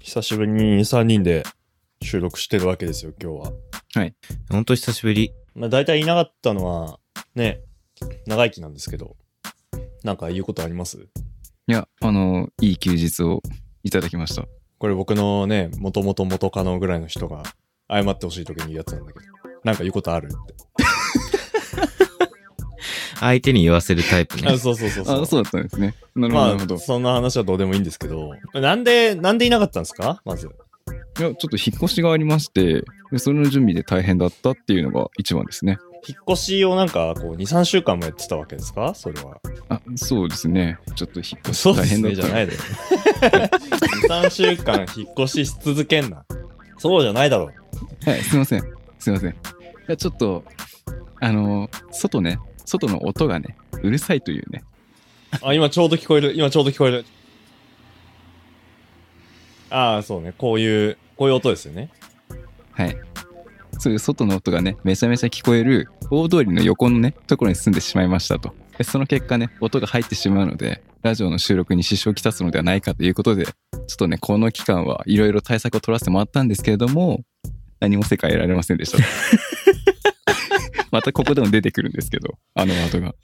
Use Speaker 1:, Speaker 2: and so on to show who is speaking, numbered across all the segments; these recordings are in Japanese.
Speaker 1: 久しぶりに3人で収録してるわけですよ、今日は。
Speaker 2: ほんと久しぶり。
Speaker 1: まあ、大体いなかったのは、ね、長生きなんですけど、なんか言うことあります
Speaker 2: いや、あの、いい休日をいただきました。
Speaker 1: これ僕のね、もともと元カノぐらいの人が謝ってほしい時に言うやつなんだけど、なんか言うことあるって。
Speaker 2: 相手に言わせるタイプね
Speaker 1: あ。そうそうそうそう。
Speaker 2: あ、そうだったんですね。なるほど、
Speaker 1: ま
Speaker 2: なるほど。
Speaker 1: あ、
Speaker 2: い
Speaker 1: そんな話はどうでもいいんですけど、なんで、なんでいなかったんですかまず。
Speaker 2: や、ちょっと引っ越しがありまして、でそれの準備で大変だったっていうのが一番ですね。
Speaker 1: 引っ越しをなんか、こう、2、3週間もやってたわけですかそれは。
Speaker 2: あ、そうですね。ちょっと引っ越し
Speaker 1: そうで
Speaker 2: 大
Speaker 1: す
Speaker 2: 変だっ
Speaker 1: ね
Speaker 2: た。
Speaker 1: じゃないだよ。3週間引っ越しし続けんな。そうじゃないだろう。
Speaker 2: はい、すいません。すいません。いや、ちょっと、あの、外ね、外の音がね、うるさいというね。
Speaker 1: あ、今ちょうど聞こえる。今ちょうど聞こえる。ああ、そうね。こういう、こういう音ですよね。
Speaker 2: はい。そういう外の音がね、めちゃめちゃ聞こえる大通りの横のね、ところに住んでしまいましたと。でその結果ね、音が入ってしまうので、ラジオの収録に支障をきたすのではないかということで、ちょっとね、この期間はいろいろ対策を取らせてもらったんですけれども、何も世界得られませんでした。 またここでも出てくるんですけど、あのワードが。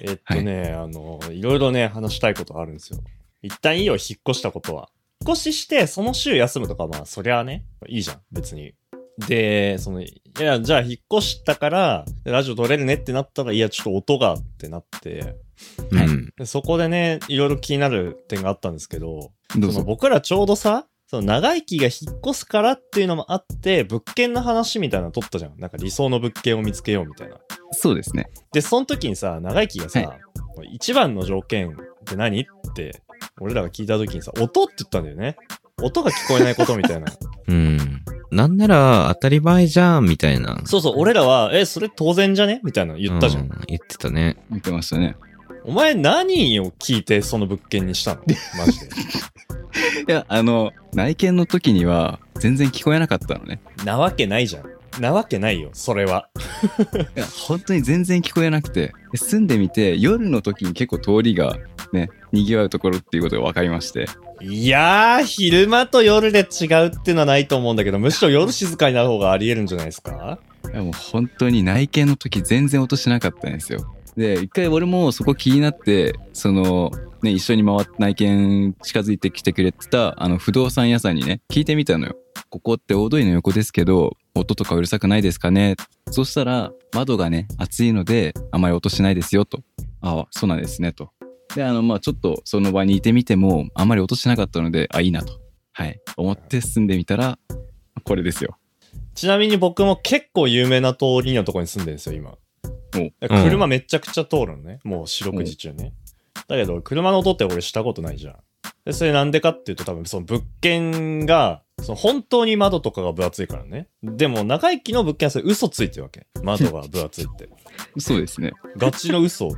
Speaker 1: えっとね、あの、いろいろね、話したいことあるんですよ。一旦いいよ、引っ越したことは。引っ越しして、その週休むとか、まあ、そりゃあね、いいじゃん、別に。で、その、いや、じゃあ引っ越したから、ラジオ撮れるねってなったら、いや、ちょっと音がってなって、
Speaker 2: はい
Speaker 3: うん。
Speaker 1: でそこでね、いろいろ気になる点があったんですけど、そ
Speaker 2: どう
Speaker 1: の
Speaker 2: ぞ。
Speaker 1: 僕らちょうどさ、その長生きが引っ越すからっていうのもあって、物件の話みたいなの撮ったじゃん。なんか理想の物件を見つけようみたいな。
Speaker 2: そうですね。
Speaker 1: で、その時にさ、長生きがさ、
Speaker 2: は
Speaker 1: 一番の条件って何って、俺らが聞いた時にさ、音って言ったんだよね。音が聞こえないことみたい な。
Speaker 3: うん。なんなら当たり前じゃんみたいな。
Speaker 1: そうそう、俺らは、え、それ当然じゃねみたいなの言ったじゃん。
Speaker 3: う言ってたね。
Speaker 2: 見てましたね。
Speaker 1: お前何を聞いてその物件にしたのマジ で。
Speaker 2: いや、あの、内見の時には全然聞こえなかったのね。
Speaker 1: なわけないじゃん。なわけないよ、それは。
Speaker 2: いや本当に全然聞こえなくてで住んでみて夜の時に結構通りがね賑わうところっていうことが分かりまして
Speaker 1: いやー、昼間と夜で違うっていうのはないと思うんだけど、むしろ夜静かになる方があり得るんじゃないですか
Speaker 2: いやもう本当に内見の時全然音しなかったんですよで一回俺もそこ気になってそのね一緒に回っ内見近づいてきてくれてたあの不動産屋さんにね聞いてみたのよここって大通りの横ですけど音とかうるさくないですかねそしたら窓がね暑いのであまり音しないですよとああそうなんですねとであのまあちょっとその場にいてみてもあまり音しなかったのであいいなとはい思って住んでみたらこれですよ
Speaker 1: ちなみに僕も結構有名な通りのとこに住んでるんですよ、今。だから
Speaker 3: うん
Speaker 1: 車めちゃくちゃ通るのね。もう四六時中ね。だけど、車の音って俺したことないじゃん。で、それなんでかっていうと多分その物件が、その本当に窓とかが分厚いからね。でも長生きの物件はそれ嘘ついてるわけ。窓が分厚いって。
Speaker 2: そうですね
Speaker 1: ガチの嘘じ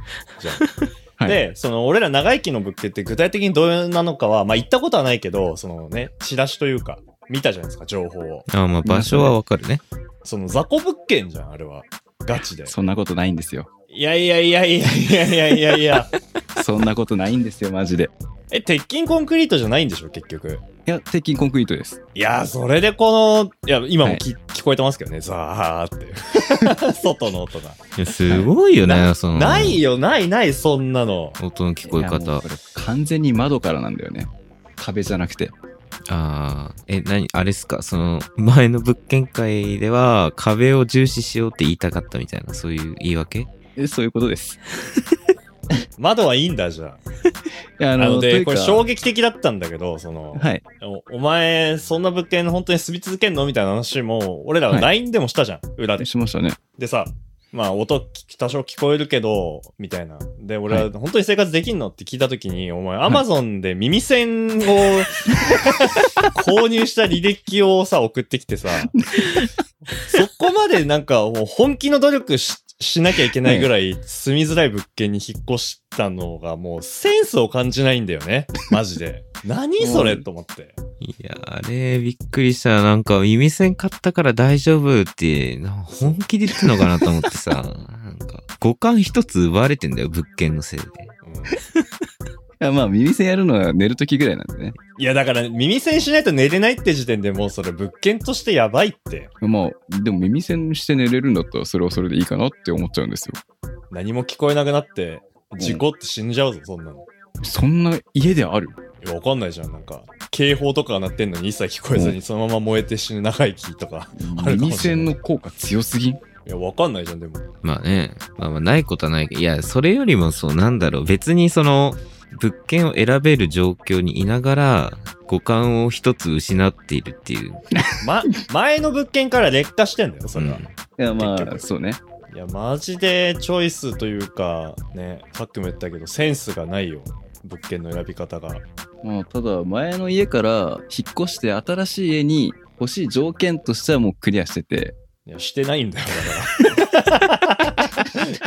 Speaker 1: ゃん。
Speaker 2: はい
Speaker 1: で、その俺ら長生きの物件って具体的にどうなのかは、まあ行ったことはないけど、そのね、チラシというか、見たじゃないですか、情報を。
Speaker 3: あまあ場所はわかるね。
Speaker 1: その雑魚物件じゃん、あれは。ガチで。
Speaker 2: そんなことないんですよ。
Speaker 1: いやいやいやいやいやいやいやいや。
Speaker 2: そんなことないんですよ、マジで。
Speaker 1: え、鉄筋コンクリートじゃないんでしょ、結局。
Speaker 2: いや、鉄筋コンクリートです。
Speaker 1: いやー、それでこの、いや、今もき、聞こえてますけどね、ザー って。外の音が。
Speaker 3: いやすごいよね、その。
Speaker 1: ないよ、ないない、そんなの。
Speaker 3: 音の聞こえ
Speaker 2: いやも
Speaker 3: 方
Speaker 2: うこ。れ完全に窓からなんだよね。壁じゃなくて。
Speaker 3: ああ。え、何あれっすかその、前の物件会では壁を重視しようって言いたかったみたいな、そういう言い訳
Speaker 2: えそういうことです。
Speaker 1: 窓はいいんだ、じゃ
Speaker 2: いや、
Speaker 1: あ。
Speaker 2: あ
Speaker 1: なの
Speaker 2: と
Speaker 1: で、
Speaker 2: いう
Speaker 1: こ
Speaker 2: か
Speaker 1: れ衝撃的だったんだけど、その、
Speaker 2: はい。
Speaker 1: おお前、そんな物件本当に住み続けんのみたいな話も、俺らは
Speaker 2: はい
Speaker 1: LINE でもしたじゃん、裏で。
Speaker 2: しましたね。
Speaker 1: でさ、まあ音き多少聞こえるけど、みたいな。で、俺は
Speaker 2: は
Speaker 1: 本当に生活できんのって聞いたときに、お前、アマゾンで耳栓 を、購入した履歴をさ、送ってき てさ、そこまでなんかもう本気の努力ししなきゃいけないぐらい住みづらい物件に引っ越したのがもうセンスを感じないんだよね。マジで。何それと思って。
Speaker 3: いや、あれ、びっくりした。なんか、耳栓買ったから大丈夫って、な本気で言ってんのかなと思ってさ、なんか、五感一つ奪われてんだよ、物件のせいで。
Speaker 1: うん
Speaker 2: やまあ耳栓やるのは寝る時ぐらいなんでね
Speaker 1: いや、だから耳栓しないと寝れないって時点でもうそれ物件としてやばいって。
Speaker 2: まあでも耳栓して寝れるんだったらそれはそれでいいかなって思っちゃうんですよ
Speaker 1: 何も聞こえなくなって、事故って死んじゃうぞ、そんなの。
Speaker 2: そんな家である
Speaker 1: いやわかんないじゃん、なんか。警報とかが鳴ってんのに一切聞こえず
Speaker 2: う
Speaker 1: にそのまま燃えて死ぬ長い木とか。あるかも
Speaker 2: 耳
Speaker 1: しれない
Speaker 2: 栓の効果強すぎん
Speaker 1: いや、わかんないじゃん、でも。
Speaker 3: まあね、まあまあないことはないけど、いや、それよりもそう、なんだろう、別にその、物件を選べる状況にいながら、五感を一つ失っているっていう。
Speaker 1: ま、前の物件から劣化してんだよ、それは。
Speaker 3: うん
Speaker 2: いやま
Speaker 1: 結
Speaker 2: あ
Speaker 1: 局
Speaker 2: そうね
Speaker 1: いや、マジでチョイスというか、ね、さっきも言ったけど、センスがないよ。物件の選び方が。
Speaker 2: まあただ前の家から引っ越して新しい家に欲しい条件としてはもうクリアしてて
Speaker 1: いや、してないんだよ、だから。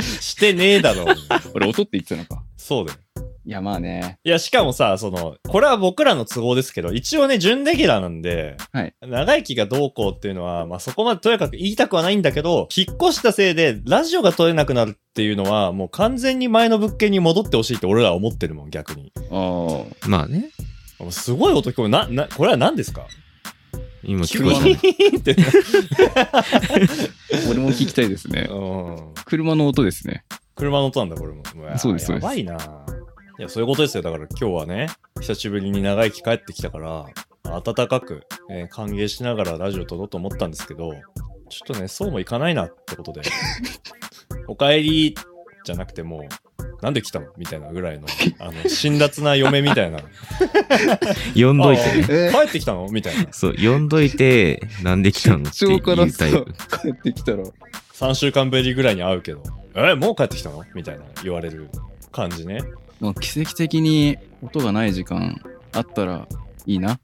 Speaker 1: してねえだろ。
Speaker 2: 俺音って言ってたのか
Speaker 1: そうだよ。
Speaker 2: いやまあね
Speaker 1: いや、しかもさ、その、これは僕らの都合ですけど、一応ね、準レギュラーなんで、
Speaker 2: はい
Speaker 1: 長生きがどうこうっていうのは、まあそこまでとやかく言いたくはないんだけど、引っ越したせいで、ラジオが撮れなくなるっていうのは、もう完全に前の物件に戻ってほしいって俺らは思ってるもん、逆に。
Speaker 2: ああ
Speaker 3: まあね、
Speaker 1: あすごい音聞こえるな、な、これは何ですか
Speaker 3: 今
Speaker 1: キ
Speaker 3: 聞
Speaker 1: ュ
Speaker 3: こえない。
Speaker 1: ーン って。
Speaker 2: 俺も聞きたいです ね
Speaker 1: うん。
Speaker 2: 車の音ですね
Speaker 1: 車の音なんだ、これも。わ
Speaker 2: そうですそう
Speaker 1: や
Speaker 2: です
Speaker 1: ばいな。いや、そういうことですよ。だから今日はね、久しぶりに長生き帰ってきたから、温かく、えー歓迎しながらラジオ撮ろうと思ったんですけど、ちょっとね、そうもいかないなってことで、 お帰りじゃなくてもう、なんで来たのみたいなぐらいの、あの、辛辣な嫁みたい な。
Speaker 3: 呼んどいて
Speaker 1: あ
Speaker 3: ね。
Speaker 1: あ帰ってきたのみたいな。
Speaker 3: そう、呼んどいて、なんで来たのって
Speaker 2: 出張か
Speaker 3: い
Speaker 2: ら
Speaker 3: う
Speaker 2: さ
Speaker 3: タイプ。
Speaker 2: 帰ってきたら
Speaker 1: 3週間ぶりぐらいに会うけど、え、もう帰ってきたのみたいな言われる感じね。
Speaker 2: まあ奇跡的に音がない時間あったらいいな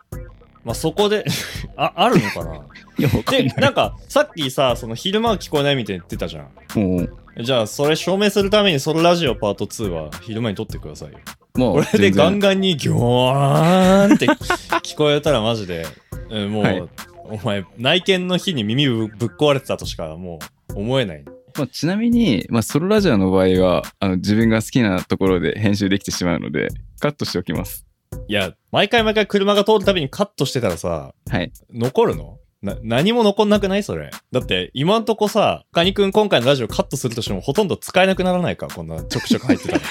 Speaker 1: まあ、そこで、 あ、あるのかない
Speaker 2: やわかん
Speaker 1: で、
Speaker 2: ない
Speaker 1: なんか、さっきさ、その昼間は聞こえないみたいに言ってたじゃん。
Speaker 2: もう
Speaker 1: じゃあ、それ証明するためにソロラジオパート2は昼間に撮ってくださ いよ。
Speaker 2: も
Speaker 1: こ
Speaker 2: う
Speaker 1: れで
Speaker 2: 全
Speaker 1: ガ
Speaker 2: 然
Speaker 1: ンガンにギョーンって聞こえたらマジで、うんもう、
Speaker 2: はい
Speaker 1: お前、内見の日に耳ぶぶっ壊れてたとしかもう思えない。
Speaker 2: まあ、ちなみに、まあ、ソロラジオの場合はあの自分が好きなところで編集できてしまうのでカットしておきます
Speaker 1: いや、毎回毎回車が通るたびにカットしてたらさ、
Speaker 2: はい
Speaker 1: 残るのな何も残んなくないそれ。だって、今んとこさ、カニくん今回のラジオカットするとしてもほとんど使えなくならないか、こんなちょくちょく入ってたら。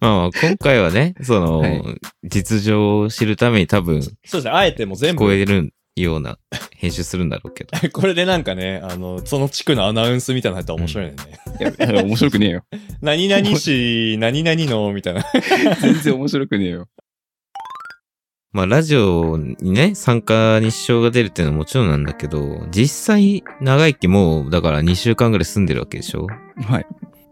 Speaker 3: まあまあ、今回はね、その、
Speaker 2: はい
Speaker 3: 実情を知るために多分、聞
Speaker 1: そうですね、あえてもう全
Speaker 3: こ
Speaker 1: 部、
Speaker 3: えるような編集するんだろうけど。
Speaker 1: これでなんかね、あの、その地区のアナウンスみたいなの入ったら面白いね。
Speaker 2: いやいや面白く ねえよ
Speaker 1: 何々市、何々の、みたいな。
Speaker 2: 全然面白くねえよ
Speaker 3: まあ、ラジオにね、参加に支障が出るっていうのはもちろんなんだけど、実際、長生きもう、だから2週間ぐらい住んでるわけでしょ
Speaker 2: はい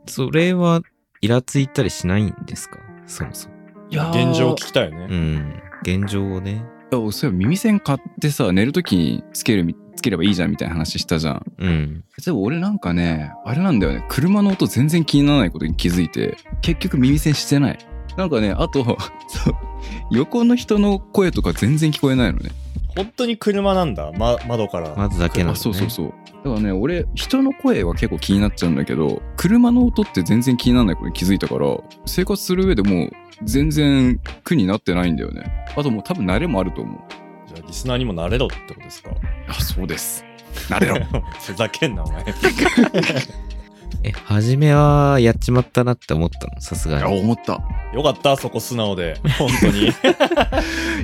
Speaker 3: それは、イラついたりしないんですかそもそも。
Speaker 2: いや
Speaker 1: 現状を
Speaker 2: を
Speaker 1: 聞きたいよね。
Speaker 3: うん。現状をね。
Speaker 2: いやそういえば耳栓買ってさ寝るときにつけるみつければいいじゃんみたいな話したじゃん
Speaker 3: うん。
Speaker 2: 例えば俺なんかねあれなんだよね車の音全然気にならないことに気づいて結局耳栓してないなんかねあと そう横の人の声とか全然聞こえないのね
Speaker 1: 本当に車なんだ、ま、窓から。
Speaker 3: まずだけな
Speaker 2: あ
Speaker 3: んだ、ね。
Speaker 2: そうそうそうだからね俺人の声は結構気になっちゃうんだけど車の音って全然気にならないことに気づいたから生活する上でもう全然苦になってないんだよねあともう多分慣れもあると思う
Speaker 1: じゃあ、リスナーにもなれろってことですか。
Speaker 2: あそうです慣れろ
Speaker 1: ふざけんな、お前。
Speaker 3: え、初めは、やっちまったなって思ったのさすがに。
Speaker 2: 思った
Speaker 1: よかった、そこ素直で。本当 に。
Speaker 2: い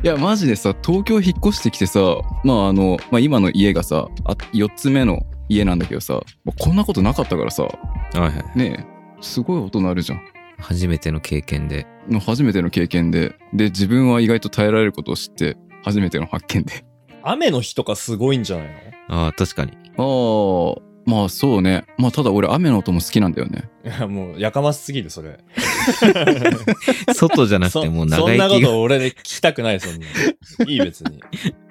Speaker 2: やマジでさ東京引っ越してきてさまああの、まあ、今の家がさあ4つ目の家なんだけどさまあこんなことなかったからさ
Speaker 3: はいはい。
Speaker 2: ねえすごい音鳴るじゃん
Speaker 3: 初めての経験で。
Speaker 2: の初めての経験でで自分は意外と耐えられることを知って初めての発見で
Speaker 1: 雨の日とかすごいんじゃないの
Speaker 3: ああ、確かに。
Speaker 2: ああまあそうねまあただ俺雨の音も好きなんだよね
Speaker 1: いや、もう、やかましすぎる、それ。
Speaker 3: 外じゃなく
Speaker 1: そ
Speaker 3: てもう
Speaker 1: そ
Speaker 3: 長
Speaker 1: んな
Speaker 3: 生
Speaker 1: こ
Speaker 3: きが。
Speaker 1: と俺で聞きたくない、そんなの。いい、別に。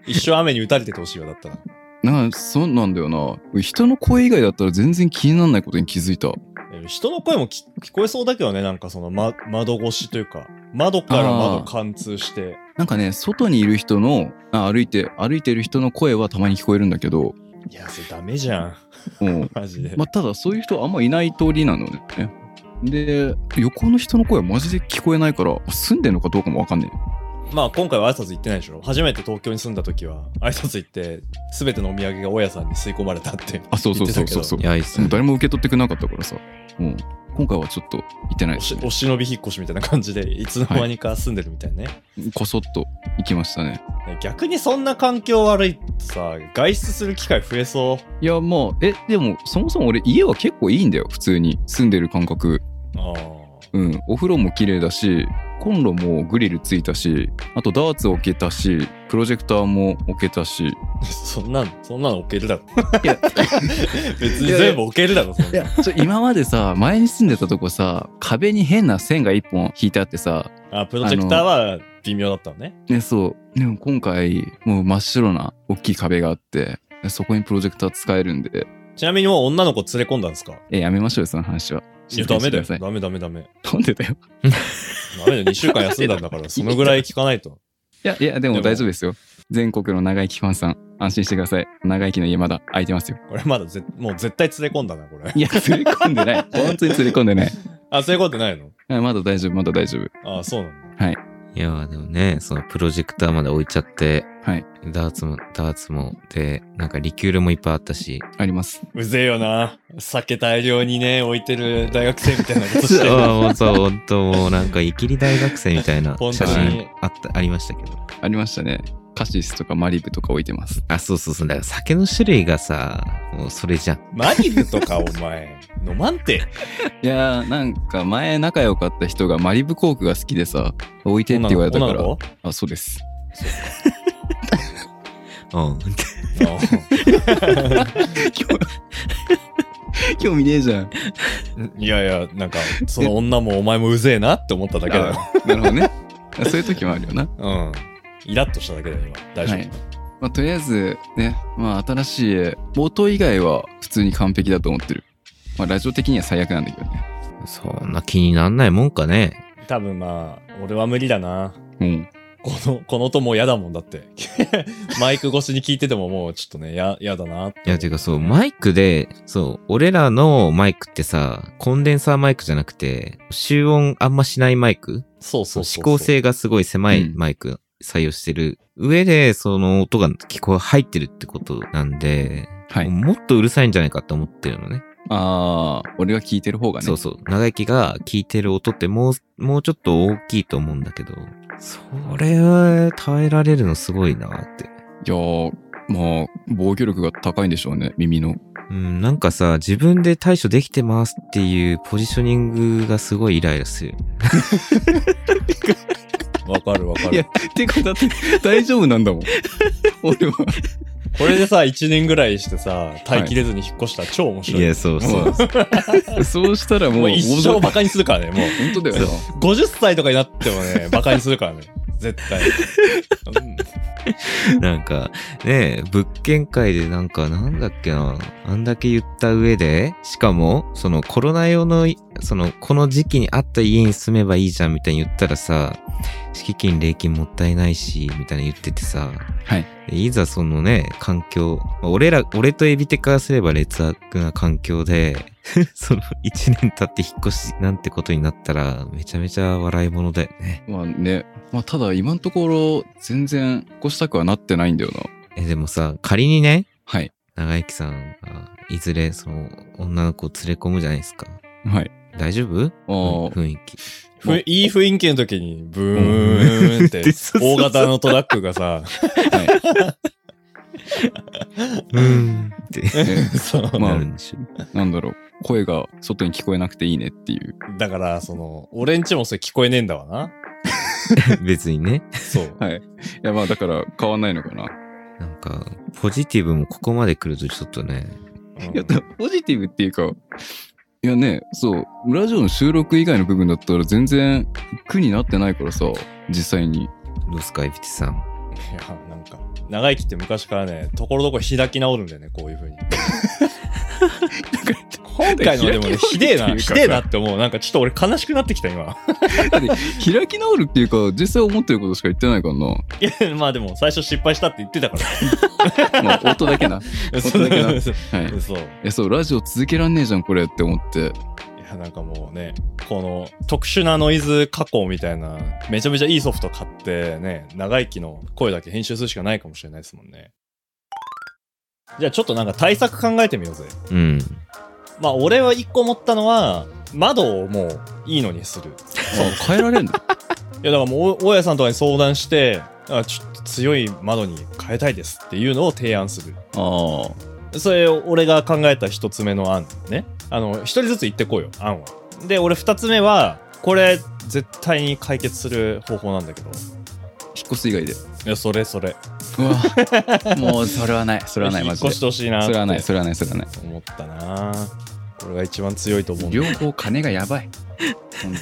Speaker 1: 一生雨に打たれててほしいわ、だったら。
Speaker 2: なんかそうなんだよな人の声以外だったら全然気にならないことに気づいた
Speaker 1: え人の声も聞聞こえそうだけどね、なんかその、ま、窓越しというか、窓から窓
Speaker 2: あー
Speaker 1: 貫通して。
Speaker 2: なんかね外にいる人のあ歩いて歩いてる人の声はたまに聞こえるんだけど
Speaker 1: いや、それダメじゃん。
Speaker 2: うん
Speaker 1: マジで。
Speaker 2: まあただそういう人あんまいない通りなのねで横の人の声はマジで聞こえないから住んでんのかどうかも分かんない
Speaker 1: まあ今回は挨拶行ってないでしょ初めて東京に住んだ時は挨拶行って全てのお土産が大家さんに吸い込まれたって
Speaker 2: あそうそうそうそうそう
Speaker 3: いや、いいっす
Speaker 2: もう
Speaker 3: ね。
Speaker 2: 誰も受け取ってくれなかったからさ、うん、今回はちょっと行ってない
Speaker 1: お
Speaker 2: です
Speaker 1: し
Speaker 2: ね
Speaker 1: お忍び引っ越しみたいな感じでいつの間にか住んでるみたいなね、
Speaker 2: こそっと行きましたね
Speaker 1: 逆にそんな環境悪いとさ外出する機会増えそう
Speaker 2: いやまあえでもそもそも俺家は結構いいんだよ普通に住んでる感覚
Speaker 1: あ
Speaker 2: うんお風呂も綺麗だしコンロもグリルついたしあとダーツ置けたしプロジェクターも置けたし
Speaker 1: あ そんなんそんなの置けるだろ
Speaker 2: いや
Speaker 1: 別に全部置けるだろそん
Speaker 2: い
Speaker 1: な
Speaker 2: やちょ今までさ前に住んでたとこさ壁に変な線が1本引いてあってさ
Speaker 1: あプロジェクターは微妙だったのね
Speaker 2: ねそうでも今回もう真っ白な大きい壁があってそこにプロジェクター使えるんで
Speaker 1: ちなみにもう女の子連れ込んだんですか
Speaker 2: えやめましょうよその話はい
Speaker 1: やダメだよ
Speaker 2: 静かにしてく
Speaker 1: ダメダメダメ
Speaker 2: さいなんでだよ
Speaker 1: ダメだよ2週間休んだんだから そのぐらい聞かないと
Speaker 2: いやいやで
Speaker 1: で
Speaker 2: も
Speaker 1: も
Speaker 2: 大丈夫ですよ全国の長生きファンさん安心してください長生きの家まだ空いてますよ
Speaker 1: これまだぜもう絶対連れ込んだなこれ
Speaker 2: いや連れ込んで ない本当に連れ込んでない
Speaker 1: あ連れ込んでないの
Speaker 2: あまだ大丈夫まだ大丈夫
Speaker 1: あそうなんだ
Speaker 3: いや、でもね、そのプロジェクターまで置いちゃって、
Speaker 2: はい
Speaker 3: ダーツも、ダーツも、で、なんかリキュールもいっぱいあったし、
Speaker 2: あります
Speaker 1: うぜえよな酒大量にね置いてる大学生みたいなことして
Speaker 3: そう、もう そう、ほんともうなんか、いきり大学生みたいな
Speaker 1: 本当に
Speaker 3: 写真あった、ありましたけど。
Speaker 2: ありましたねカシスとかマリブとか置いてます
Speaker 3: あ、そうそうそう、だから酒の種類がさ、もうそれじゃん。
Speaker 1: マリブとかお前飲まんて
Speaker 2: いやーなんか前仲良かった人がマリブコークが好きでさ置いてって言われたか
Speaker 1: 女
Speaker 2: ら
Speaker 1: の子
Speaker 2: あそうです
Speaker 3: うん。
Speaker 1: 女の子
Speaker 2: 興味ねえじゃん
Speaker 1: いやいや、なんか、その女もお前もうぜえなって思っただけだよ。
Speaker 2: あなるほどねそういう時もあるよな
Speaker 1: うん。イラッとしただけだよ、今。大丈夫。
Speaker 2: はいまあ、とりあえずね、まあ、新しい家元以外は普通に完璧だと思ってる、まあ、ラジオ的には最悪なんだけどね
Speaker 3: そんな気になんないもんかね。
Speaker 1: 多分まあ、俺は無理だな。
Speaker 2: うん
Speaker 1: この、この音もう嫌だもんだって。 マイク越しに聞いててももうちょっとね、や、嫌だなって。
Speaker 3: いや、てかそう、マイクで、そう、俺らのマイクってさ、コンデンサーマイクじゃなくて、集音あんましないマイク
Speaker 1: そうそうそう。
Speaker 3: 指向。性がすごい狭いマイク採用してる上で、その音が聞こえ、入ってるってことなんで、
Speaker 2: はい
Speaker 3: もっとうるさいんじゃないかって思ってるのね。
Speaker 2: あー俺が聞いてる方がね
Speaker 3: そうそう。長生きが聞いてる音ってもう、もうちょっと大きいと思うんだけど、それは耐えられるのすごいなって。
Speaker 2: いやーまあ防御力が高いんでしょうね耳の
Speaker 3: うん、なんかさ、自分で対処できてますっていうポジショニングがすごいイライラする。
Speaker 1: わかるわか
Speaker 2: いや
Speaker 1: る。
Speaker 2: てかだって 大丈夫なんだもん俺は
Speaker 1: これでさ、1年ぐらいしてさ、耐えきれずに引っ越したら超面白い。、
Speaker 3: そう
Speaker 2: そう。 そうしたらもう
Speaker 1: もう一生
Speaker 2: 本
Speaker 1: バカにするからね、もう。
Speaker 2: 当だよな
Speaker 1: 50歳とかになっても ね、バカにするからね。絶対。うん
Speaker 3: なんか、ねえ、物件会でなんか、なんだっけな、あんだけ言った上で、しかも、そのコロナ用の、その、この時期にあった家に住めばいいじゃんみたいに言ったらさ、敷金、礼金もったいないし、みたいな言っててさ、
Speaker 2: はい
Speaker 3: いざそのね、環境、俺ら、俺とエビテからすれば劣悪な環境で、 その一年経って引っ越しなんてことになったら、めちゃめちゃ笑い物だよね。
Speaker 2: まあねまあただ今のところ全然越したくはなってないんだよな
Speaker 3: え、でもさ、仮にね、
Speaker 2: はい
Speaker 3: 長生さんがいずれその女の子を連れ込むじゃないですか。
Speaker 2: はい
Speaker 3: 大丈夫
Speaker 2: あー
Speaker 3: 雰囲気。
Speaker 1: ふいい雰囲気の時に、ブーンって
Speaker 3: うん、
Speaker 1: 大型のトラックがさ、
Speaker 2: はい
Speaker 3: うん。って
Speaker 2: ね
Speaker 1: そう
Speaker 2: まあ
Speaker 3: なるんでしょ。
Speaker 2: なんだろう声が外に聞こえなくていいねっていう
Speaker 1: だから、その、俺んちもそれ聞こえねえんだわな。
Speaker 3: 別にね。
Speaker 1: そう。
Speaker 2: はいいやまあだから変わんないのかな、
Speaker 3: なんか、ポジティブもここまで来るとちょっとね。
Speaker 1: うん
Speaker 2: いやポジティブっていうかいやねそうラジオの収録以外の部分だったら全然苦になってないからさ実際に
Speaker 3: どうすか、エビテさん。
Speaker 1: いやなんか、長生きって昔からね、ところどころ開き直るんだよね、こういう風に。今回のでもね、
Speaker 2: 開き直る
Speaker 1: ひでえ
Speaker 2: ってい
Speaker 1: な、
Speaker 2: うか
Speaker 1: ひでえなって思う。なんかちょっと俺悲しくなってきた、今。
Speaker 2: 開き直るっていうか実際思ってることしか言ってないからな、
Speaker 1: いや、 まあでも、最初失敗したって言ってたか
Speaker 2: まあ、音だけな、
Speaker 1: ら。
Speaker 2: 本当だけな
Speaker 1: そう
Speaker 2: はい、い
Speaker 1: そう。
Speaker 2: やそうラジオ続けらんねえじゃんこれって思って
Speaker 1: いややなんかもうね、この特殊なノイズ加工みたいな、めちゃめちゃいいソフト買ってね、長生きの声だけ編集するしかないかもしれないですもんね。じゃあちょっとなんか対策考えてみようぜ。
Speaker 3: うん。
Speaker 1: まあ俺は一個思ったのは、窓をもういいのにする。
Speaker 2: あ変えられんの
Speaker 1: いやだからもうお大家さんとかに相談して、あちょっと強い窓に変えたいですっていうのを提案する。
Speaker 2: あ
Speaker 1: それ俺が考えた一つ目の案ねあの一人ずつ言ってこうよ案はで俺二つ目はこれ絶対に解決する方法なんだけど
Speaker 2: あ引っ越す以外で
Speaker 1: いやそれそれ
Speaker 2: うわもうそれはないそれはない
Speaker 1: 引
Speaker 2: マ
Speaker 1: っ
Speaker 2: ジで
Speaker 1: 越して
Speaker 2: そ
Speaker 1: ほしいなって
Speaker 2: れはないそれはないそれはない
Speaker 1: 思ったなこれが一番強いと思うんだ
Speaker 2: 両方金がやばい本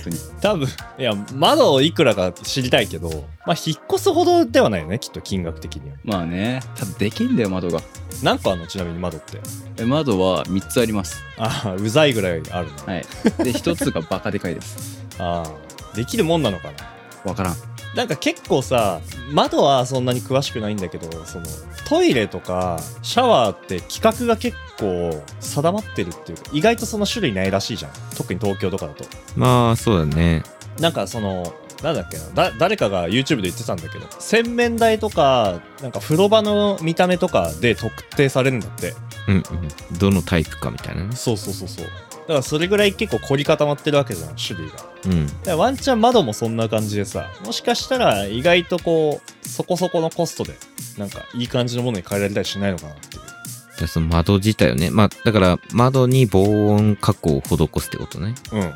Speaker 2: 当に
Speaker 1: 多分いや窓をいくらか知りたいけどまあ引っ越すほどではないよねきっと金額的には
Speaker 2: まあねただできんだよ窓が
Speaker 1: 何個あるのちなみに窓って
Speaker 2: え窓は3つあります
Speaker 1: ああうざいぐらいあるの、
Speaker 2: はいで1つがバカでかいです
Speaker 1: ああできるもんなのかな
Speaker 2: わからん
Speaker 1: なんか結構さ窓はそんなに詳しくないんだけどそのトイレとかシャワーって規格が結構定まってるっていうか意外とその種類ないらしいじゃん特に東京とかだと
Speaker 3: まあ、そうだね。
Speaker 1: なんかそのなんだっけなだ誰かが YouTube で言ってたんだけど洗面台とかなんか風呂場の見た目とかで特定されるんだって
Speaker 3: うん、うん。どのタイプかみたいなね。
Speaker 1: そうそうそうそうだからそれぐらい結構凝り固まってるわけじゃん種類が
Speaker 3: うん。
Speaker 1: だからワンチャン窓もそんな感じでさ、もしかしたら意外とこう、そこそこのコストで、なんかいい感じのものに変えられたりしないのかなっていう。
Speaker 3: じゃあその窓自体をね。まあ、だから窓に防音加工を施すってことね。
Speaker 1: うん。
Speaker 3: うん。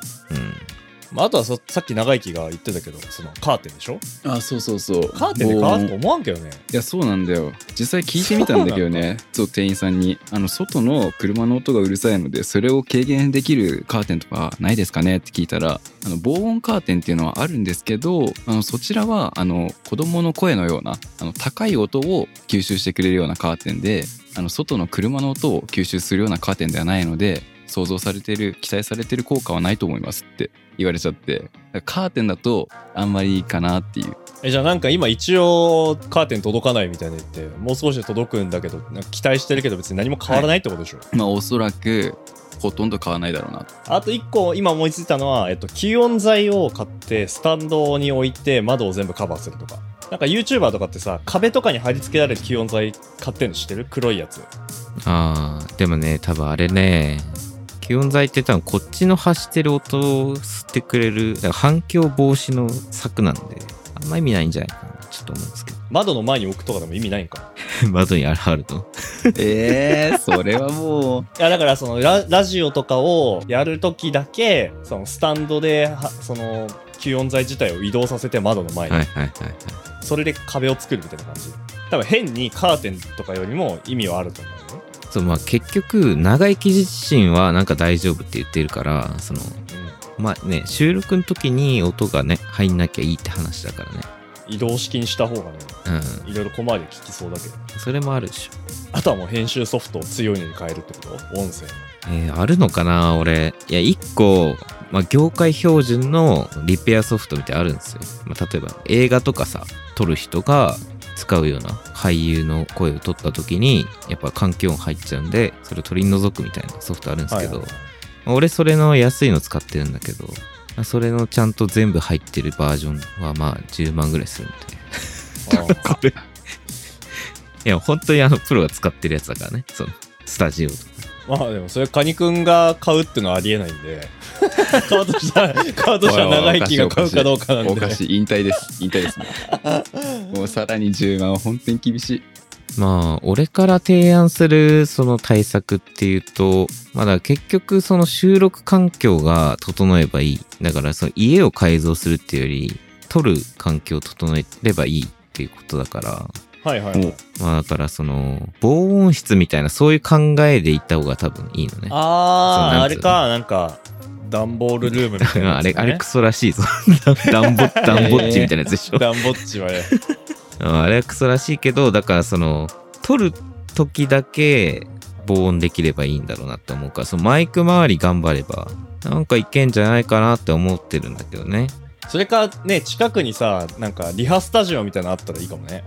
Speaker 1: まあ、あとはささっき長生きが言ってたけど、そのカーテンでしょ
Speaker 2: あそうそうそう
Speaker 1: カーテンで変わると
Speaker 2: もう
Speaker 1: 思わんけどね。
Speaker 2: いやそうなんだよ実際聞いてみたんだけどねそう店員さんにあの外の車の音がうるさいのでそれを軽減できるカーテンとかないですかねって聞いたらあの防音カーテンっていうのはあるんですけどあのそちらはあの子供の声のようなあの高い音を吸収してくれるようなカーテンであの外の車の音を吸収するようなカーテンではないので想像されてる期待されてる効果はないと思いますって言われちゃってだからカーテンだとあんまりいいかなっていう
Speaker 1: え、じゃあなんか今一応カーテン届かないみたいな言って、もう少しで届くんだけど、なんか期待してるけど別に何も変わらないってことでしょ、
Speaker 2: まあおそらくほとんど買わないだろうな
Speaker 1: あと一個今思いついたのは、えっと、吸音材を買ってスタンドに置いて窓を全部カバーするとか。なんか YouTuber とかってさ、壁とかに貼り付けられる吸音材買ってんの知ってる黒いやつ。
Speaker 3: ああ、でもね、多分あれね、気温材って多分こっちの発してる音を吸ってくれる、だから反響防止の柵なんで、あんま意味ないんじゃないかな、ちょっと思うんですけ
Speaker 1: 窓の前に置くとかでも意味ないんか。
Speaker 3: ど。 窓にあるあると。
Speaker 2: えー、 それはもう。
Speaker 1: いや、だからそのララジオとかをやるときだけ、そのスタンドでは、その、吸音材自体を移動させて窓の前に、
Speaker 3: はいはいはいはい。
Speaker 1: それで壁を作るみたいな感じ。多分変にカーテンとかよりも意味はあると思うよね。
Speaker 3: そう、まあ結局、長生き自身はなんか大丈夫って言ってるから、その、まあね、収録の時に音がね、入んなきゃいいって話だからね。
Speaker 1: うん。移動式にした方がね、
Speaker 3: う
Speaker 1: いろいろ小回り効きそうだけど。
Speaker 3: ん。それもあるでしょ。
Speaker 1: あとはもう編集ソフトを強いのに変えるってこと音声の。
Speaker 3: えーあるのかな俺。いや、一個、まあ、業界標準のリペアソフトみたいなのあるんですよ。まあ、例えば映画とかさ、撮る人が使うような俳優の声を撮った時に、やっぱ環境音入っちゃうんで、それを取り除くみたいなソフトあるんですけど、
Speaker 1: はいはいはい
Speaker 3: まあ俺それの安いの使ってるんだけど、まあそれのちゃんと全部入ってるバージョンはまあ10万ぐらいするんで。
Speaker 1: あ
Speaker 3: れ いや、本当にあの、プロが使ってるやつだからね。その、スタジオとか。
Speaker 1: ーまあでもそれカニくんが買うってのはありえないんで買うとしたら買うとしたら長生きが買うかどうかなんで
Speaker 2: おかしい、引退です。引退 です、ね。もうさらに10万は本当に厳しい。
Speaker 3: まあ、俺から提案するその対策っていうと、まあだから結局その収録環境が整えばいい。だからその家を改造するっていうより、撮る環境を整えればいいっていうことだから、
Speaker 1: はいはい、はい、
Speaker 3: まあだからその防音室みたいなそういう考えでいった方が多分いいの ね。
Speaker 1: あ
Speaker 3: そう
Speaker 1: あ
Speaker 3: な
Speaker 1: あ
Speaker 3: んつ
Speaker 1: れ
Speaker 3: うの
Speaker 1: かなんか段ボールルームみたいな
Speaker 3: まああ
Speaker 1: やつね、
Speaker 3: れ、あれクソらしいぞ。 ダンボッ、ダンボッチみたいなやつでしょ。
Speaker 1: ダンボッチはね
Speaker 3: あれはクソらしいけど、だからその、撮る時だけ防音できればいいんだろうなって思うから、そのマイク周り頑張れば、なんかいけんじゃないかなって思ってるんだけどね。
Speaker 1: それかね近くにさなんかリハスタジオみたいなのあったらいいかもね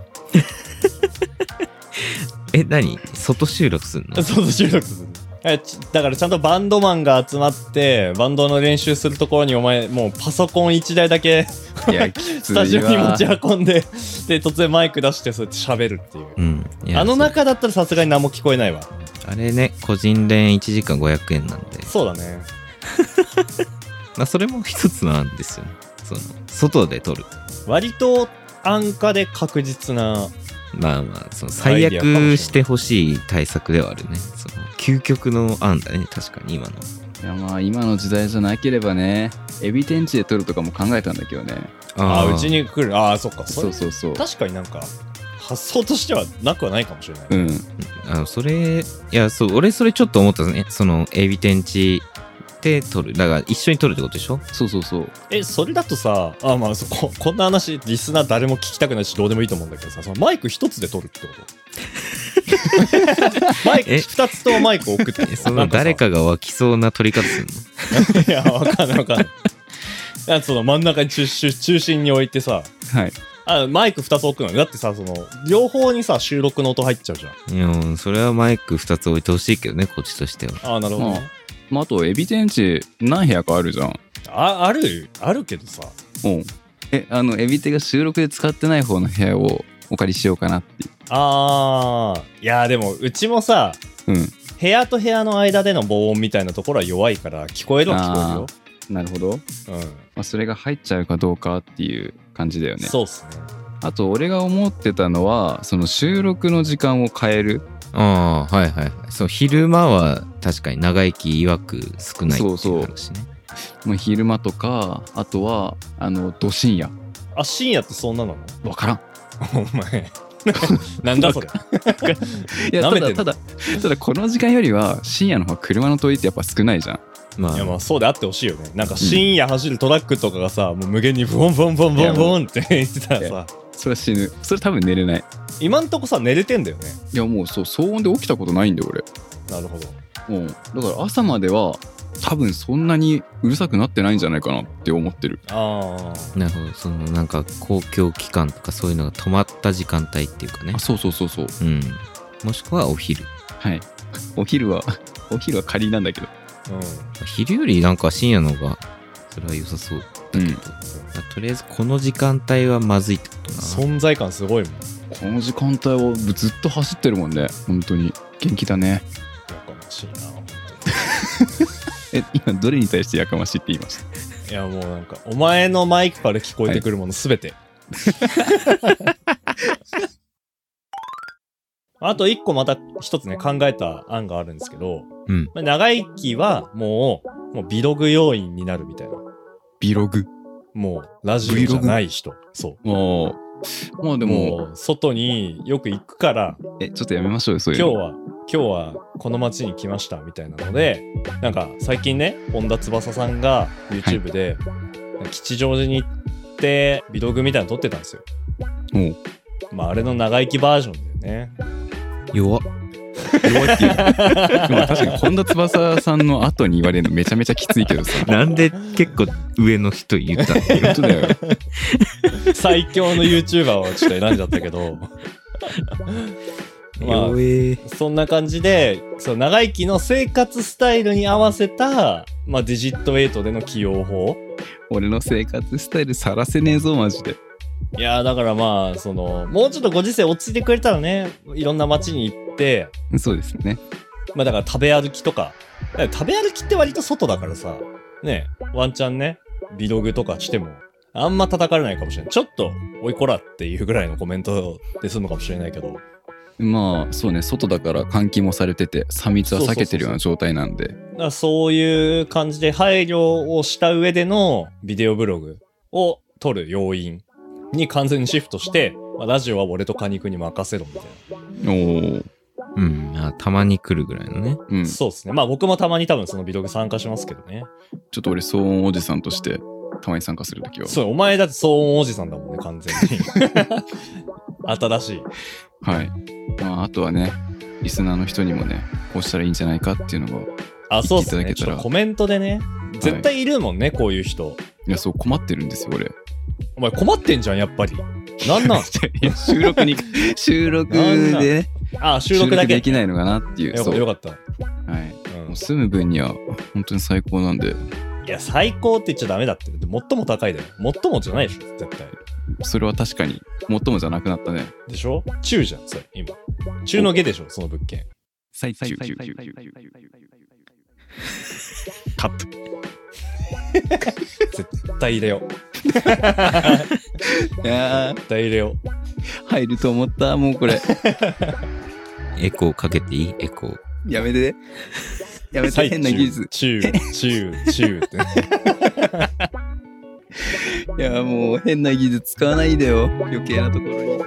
Speaker 3: え、何外収録すんの
Speaker 1: そうそう収録するえちだからちゃんとバンドマンが集まってバンドの練習するところにお前もうパソコン1台だけ
Speaker 2: いや、き
Speaker 1: ス
Speaker 2: ついわ。
Speaker 1: タジオに持ち運んでで突然マイク出してそうやって喋るっていう
Speaker 3: うん。いや
Speaker 1: あの中だったらさすがに何も聞こえないわ
Speaker 3: そうあれね、個人連1時間500円なんで。
Speaker 1: そうだね
Speaker 3: まあ、それも一つなんですよね。その、外で撮る。
Speaker 1: 割と安価で確実な
Speaker 3: まあまあ、その、最
Speaker 1: アイデアかもしれな
Speaker 3: 悪
Speaker 1: い
Speaker 3: してほしい対策ではあるね。その、究極の案だね、確かに今の。
Speaker 2: いや、まあ、今の時代じゃなければね、エビ天地で撮るとかも考えたんだけどね。
Speaker 1: あ
Speaker 3: ー
Speaker 1: うちに来るああそっかそ
Speaker 2: そ
Speaker 1: れ
Speaker 2: うそうそう。
Speaker 1: 確かになんか発想としてはなくはないかもしれない、
Speaker 2: うん。
Speaker 3: あのそれいやそう俺それちょっと思ったねそのエビ天地で撮るだから一緒に撮るってことでしょ
Speaker 2: そうそうそう。
Speaker 1: えそれだとさあまあそここんな話リスナー誰も聞きたくないしどうでもいいと思うんだけどさそのマイク一つで撮るってことマイク
Speaker 3: え
Speaker 1: 二つとマイク送って
Speaker 3: えその誰かが湧きそうな撮り方するの
Speaker 1: いやわかんないわかんないなんかその真ん中に中中中心に置いてさ
Speaker 2: はい。
Speaker 1: あマイク二つ置くのよだってさその両方にさ収録の音入っちゃうじゃん
Speaker 3: いやうんそれはマイク2つ置いてほしいけどねこっちとしては
Speaker 1: ああなるほど、ね
Speaker 2: まあ、あと、エビ天地、何部屋かあるじゃん。
Speaker 1: ああるあるけどさ
Speaker 2: うん。え、あの、エビ天が収録で使ってない方の部屋をお借りしようかなってい
Speaker 1: あーいやでもうちもさ
Speaker 2: う。うん。
Speaker 1: 部屋と部屋の間での防音みたいなところは弱いから聞こえるは聞こ
Speaker 2: なるほど。
Speaker 1: えるよ、
Speaker 2: まあ、それが入っちゃうかどうかっていう感じだよ
Speaker 1: うん
Speaker 2: ね。
Speaker 1: そうっすね
Speaker 2: あと、俺が思ってたのは、その収録の時間を変える。
Speaker 3: ああはいはいそう昼間は確かに長生き曰く少ないっていう話ね
Speaker 2: そうもう昼間とか、あとは、あの、ど深夜。
Speaker 1: あ深夜ってそんななの
Speaker 2: わからん。
Speaker 1: お前 なんだそれ
Speaker 2: いや
Speaker 1: 舐
Speaker 2: た
Speaker 1: めて
Speaker 2: だ
Speaker 1: んの
Speaker 2: ただただこの時間よりは深夜の方が車の問いってやっぱ少ないじゃん
Speaker 3: まあ
Speaker 1: いやまあそうであってほしいよねなんか深夜走るトラックとかがさもう無限にブンブンブンブンブンって言ってたらさ
Speaker 2: それは死ぬそれ多分寝れない
Speaker 1: 今んとこさ寝れてんだよね
Speaker 2: いやもうそう騒音で起きたことないんだよ
Speaker 1: なるほど
Speaker 2: 俺うんだから朝までは多分そんなにうるさくなってないんじゃないかなって思ってる
Speaker 1: ああ
Speaker 3: なるほどそのなんか公共機関とかそういうのが止まった時間帯っていうかね
Speaker 2: あそうそうそうそう
Speaker 3: うんもしくはお昼
Speaker 2: はいお昼はお昼は仮なんだけど
Speaker 1: う
Speaker 3: 昼よりなんか深夜の方がそれは良さそう
Speaker 2: うん
Speaker 3: まあとりあえずこの時間帯はまずいってこと
Speaker 1: ん
Speaker 3: な
Speaker 1: 存在感すごいもん
Speaker 2: この時間帯はずっと走ってるもんね本当に元気だね
Speaker 1: やかましいな本
Speaker 2: え今どれに対してやかましいって言いました
Speaker 1: 当にいやもうなんかお前のマイクから聞こえてくるものすべて、あと一個また一つね考えた案があるんですけど、
Speaker 3: うん
Speaker 1: まあ長生きはもうもうビログ要員になるみたいな
Speaker 2: ビログ
Speaker 1: もうラジオじゃない人そ
Speaker 2: おーまあで
Speaker 1: う
Speaker 2: も
Speaker 1: もう外によく行くから
Speaker 2: えちょっとやめましょうよそういう
Speaker 1: 今
Speaker 2: の
Speaker 1: 日は今日はこの街に来ましたみたいなのでなんか最近ね本田翼さんが YouTube で、吉祥寺に行ってビログみたいなの撮ってたんですよ
Speaker 2: おう
Speaker 1: まああれの長生きバージョンだよね
Speaker 3: 弱っ
Speaker 2: 弱いっていうまあ確かに本田翼さんの後に言われるのめちゃめちゃきついけど さ。
Speaker 3: なんで結構上の人言ったの
Speaker 2: 本当だよ。
Speaker 1: 最強の YouTuber をちょっと選んじゃったけど まあ
Speaker 3: 弱え
Speaker 1: そんな感じでその長生きの生活スタイルに合わせた、まあ、ディジット8での起用法
Speaker 2: 俺の生活スタイルさらせねえぞ、マジで。
Speaker 1: いやーだからまあそのもうちょっとご時世落ち着いてくれたらねいろんな街に行って
Speaker 2: そうですね。
Speaker 1: まあだから食べ歩きとかだから食べ歩きって割と外だからさねワンチャンねビログとかしてもあんま叩かれないかもしれないちょっとおいこらっていうぐらいのコメントで済むかもしれないけど
Speaker 2: まあそうね、外だから換気もされてて、3密は避けてるような状態なんで。
Speaker 1: だからそういう感じで配慮をした上でのビデオブログを撮る要因に完全にシフトして、まあ、ラジオは俺とカニクに任せろみたいな
Speaker 2: おー
Speaker 3: うんまあたまに来るぐらいのね
Speaker 2: うん。ちょ
Speaker 1: そうですね。まあ僕もたまに多分そのビログ参加しますけどね。
Speaker 2: っと俺、騒音おじさんとして、たまに参加するときは。
Speaker 1: そう、お前だって騒音おじさんだもんね、完全に。 新しい。
Speaker 2: はい。まああとはね、リスナーの人にもね、こうしたらいいんじゃないかっていうのが、
Speaker 1: あ、そうです
Speaker 2: 言
Speaker 1: ね。
Speaker 2: ってい
Speaker 1: ち
Speaker 2: ただ
Speaker 1: ょっ
Speaker 2: けたら
Speaker 1: とコメントでね。絶対いるもんね、こういう人。
Speaker 2: いや、そう困ってるんですよ、俺。
Speaker 1: お前困ってんじゃん、やっぱり。なん なん
Speaker 2: いや収録に、 収録でね、
Speaker 1: あ、収録だけ。
Speaker 2: できないのかなっていう。
Speaker 1: よか
Speaker 2: そ
Speaker 1: った、よ
Speaker 2: う。
Speaker 1: かった。
Speaker 2: はい。
Speaker 1: うん。
Speaker 2: もう住む分には本当に最高なんで、
Speaker 1: いや、最高って言っちゃダメだって。で最も高いだよ。最もじゃないでしょ、絶対。
Speaker 2: それは確かに、最もじゃなくなったね。
Speaker 1: でしょ中じゃん、それ、今。中の下でしょ、その物件。
Speaker 2: 最中中中カッ
Speaker 1: 絶対入れよう。
Speaker 2: ト。いやー
Speaker 1: 絶対入れよ
Speaker 2: 入ると思った、も うこれ。
Speaker 3: エコーかけていいエコー。
Speaker 2: やめて。や
Speaker 1: う。
Speaker 2: めて、変な技術。
Speaker 1: 中、中、中、中って。
Speaker 2: いや、もう変な技術使わないでよ。余計なところに。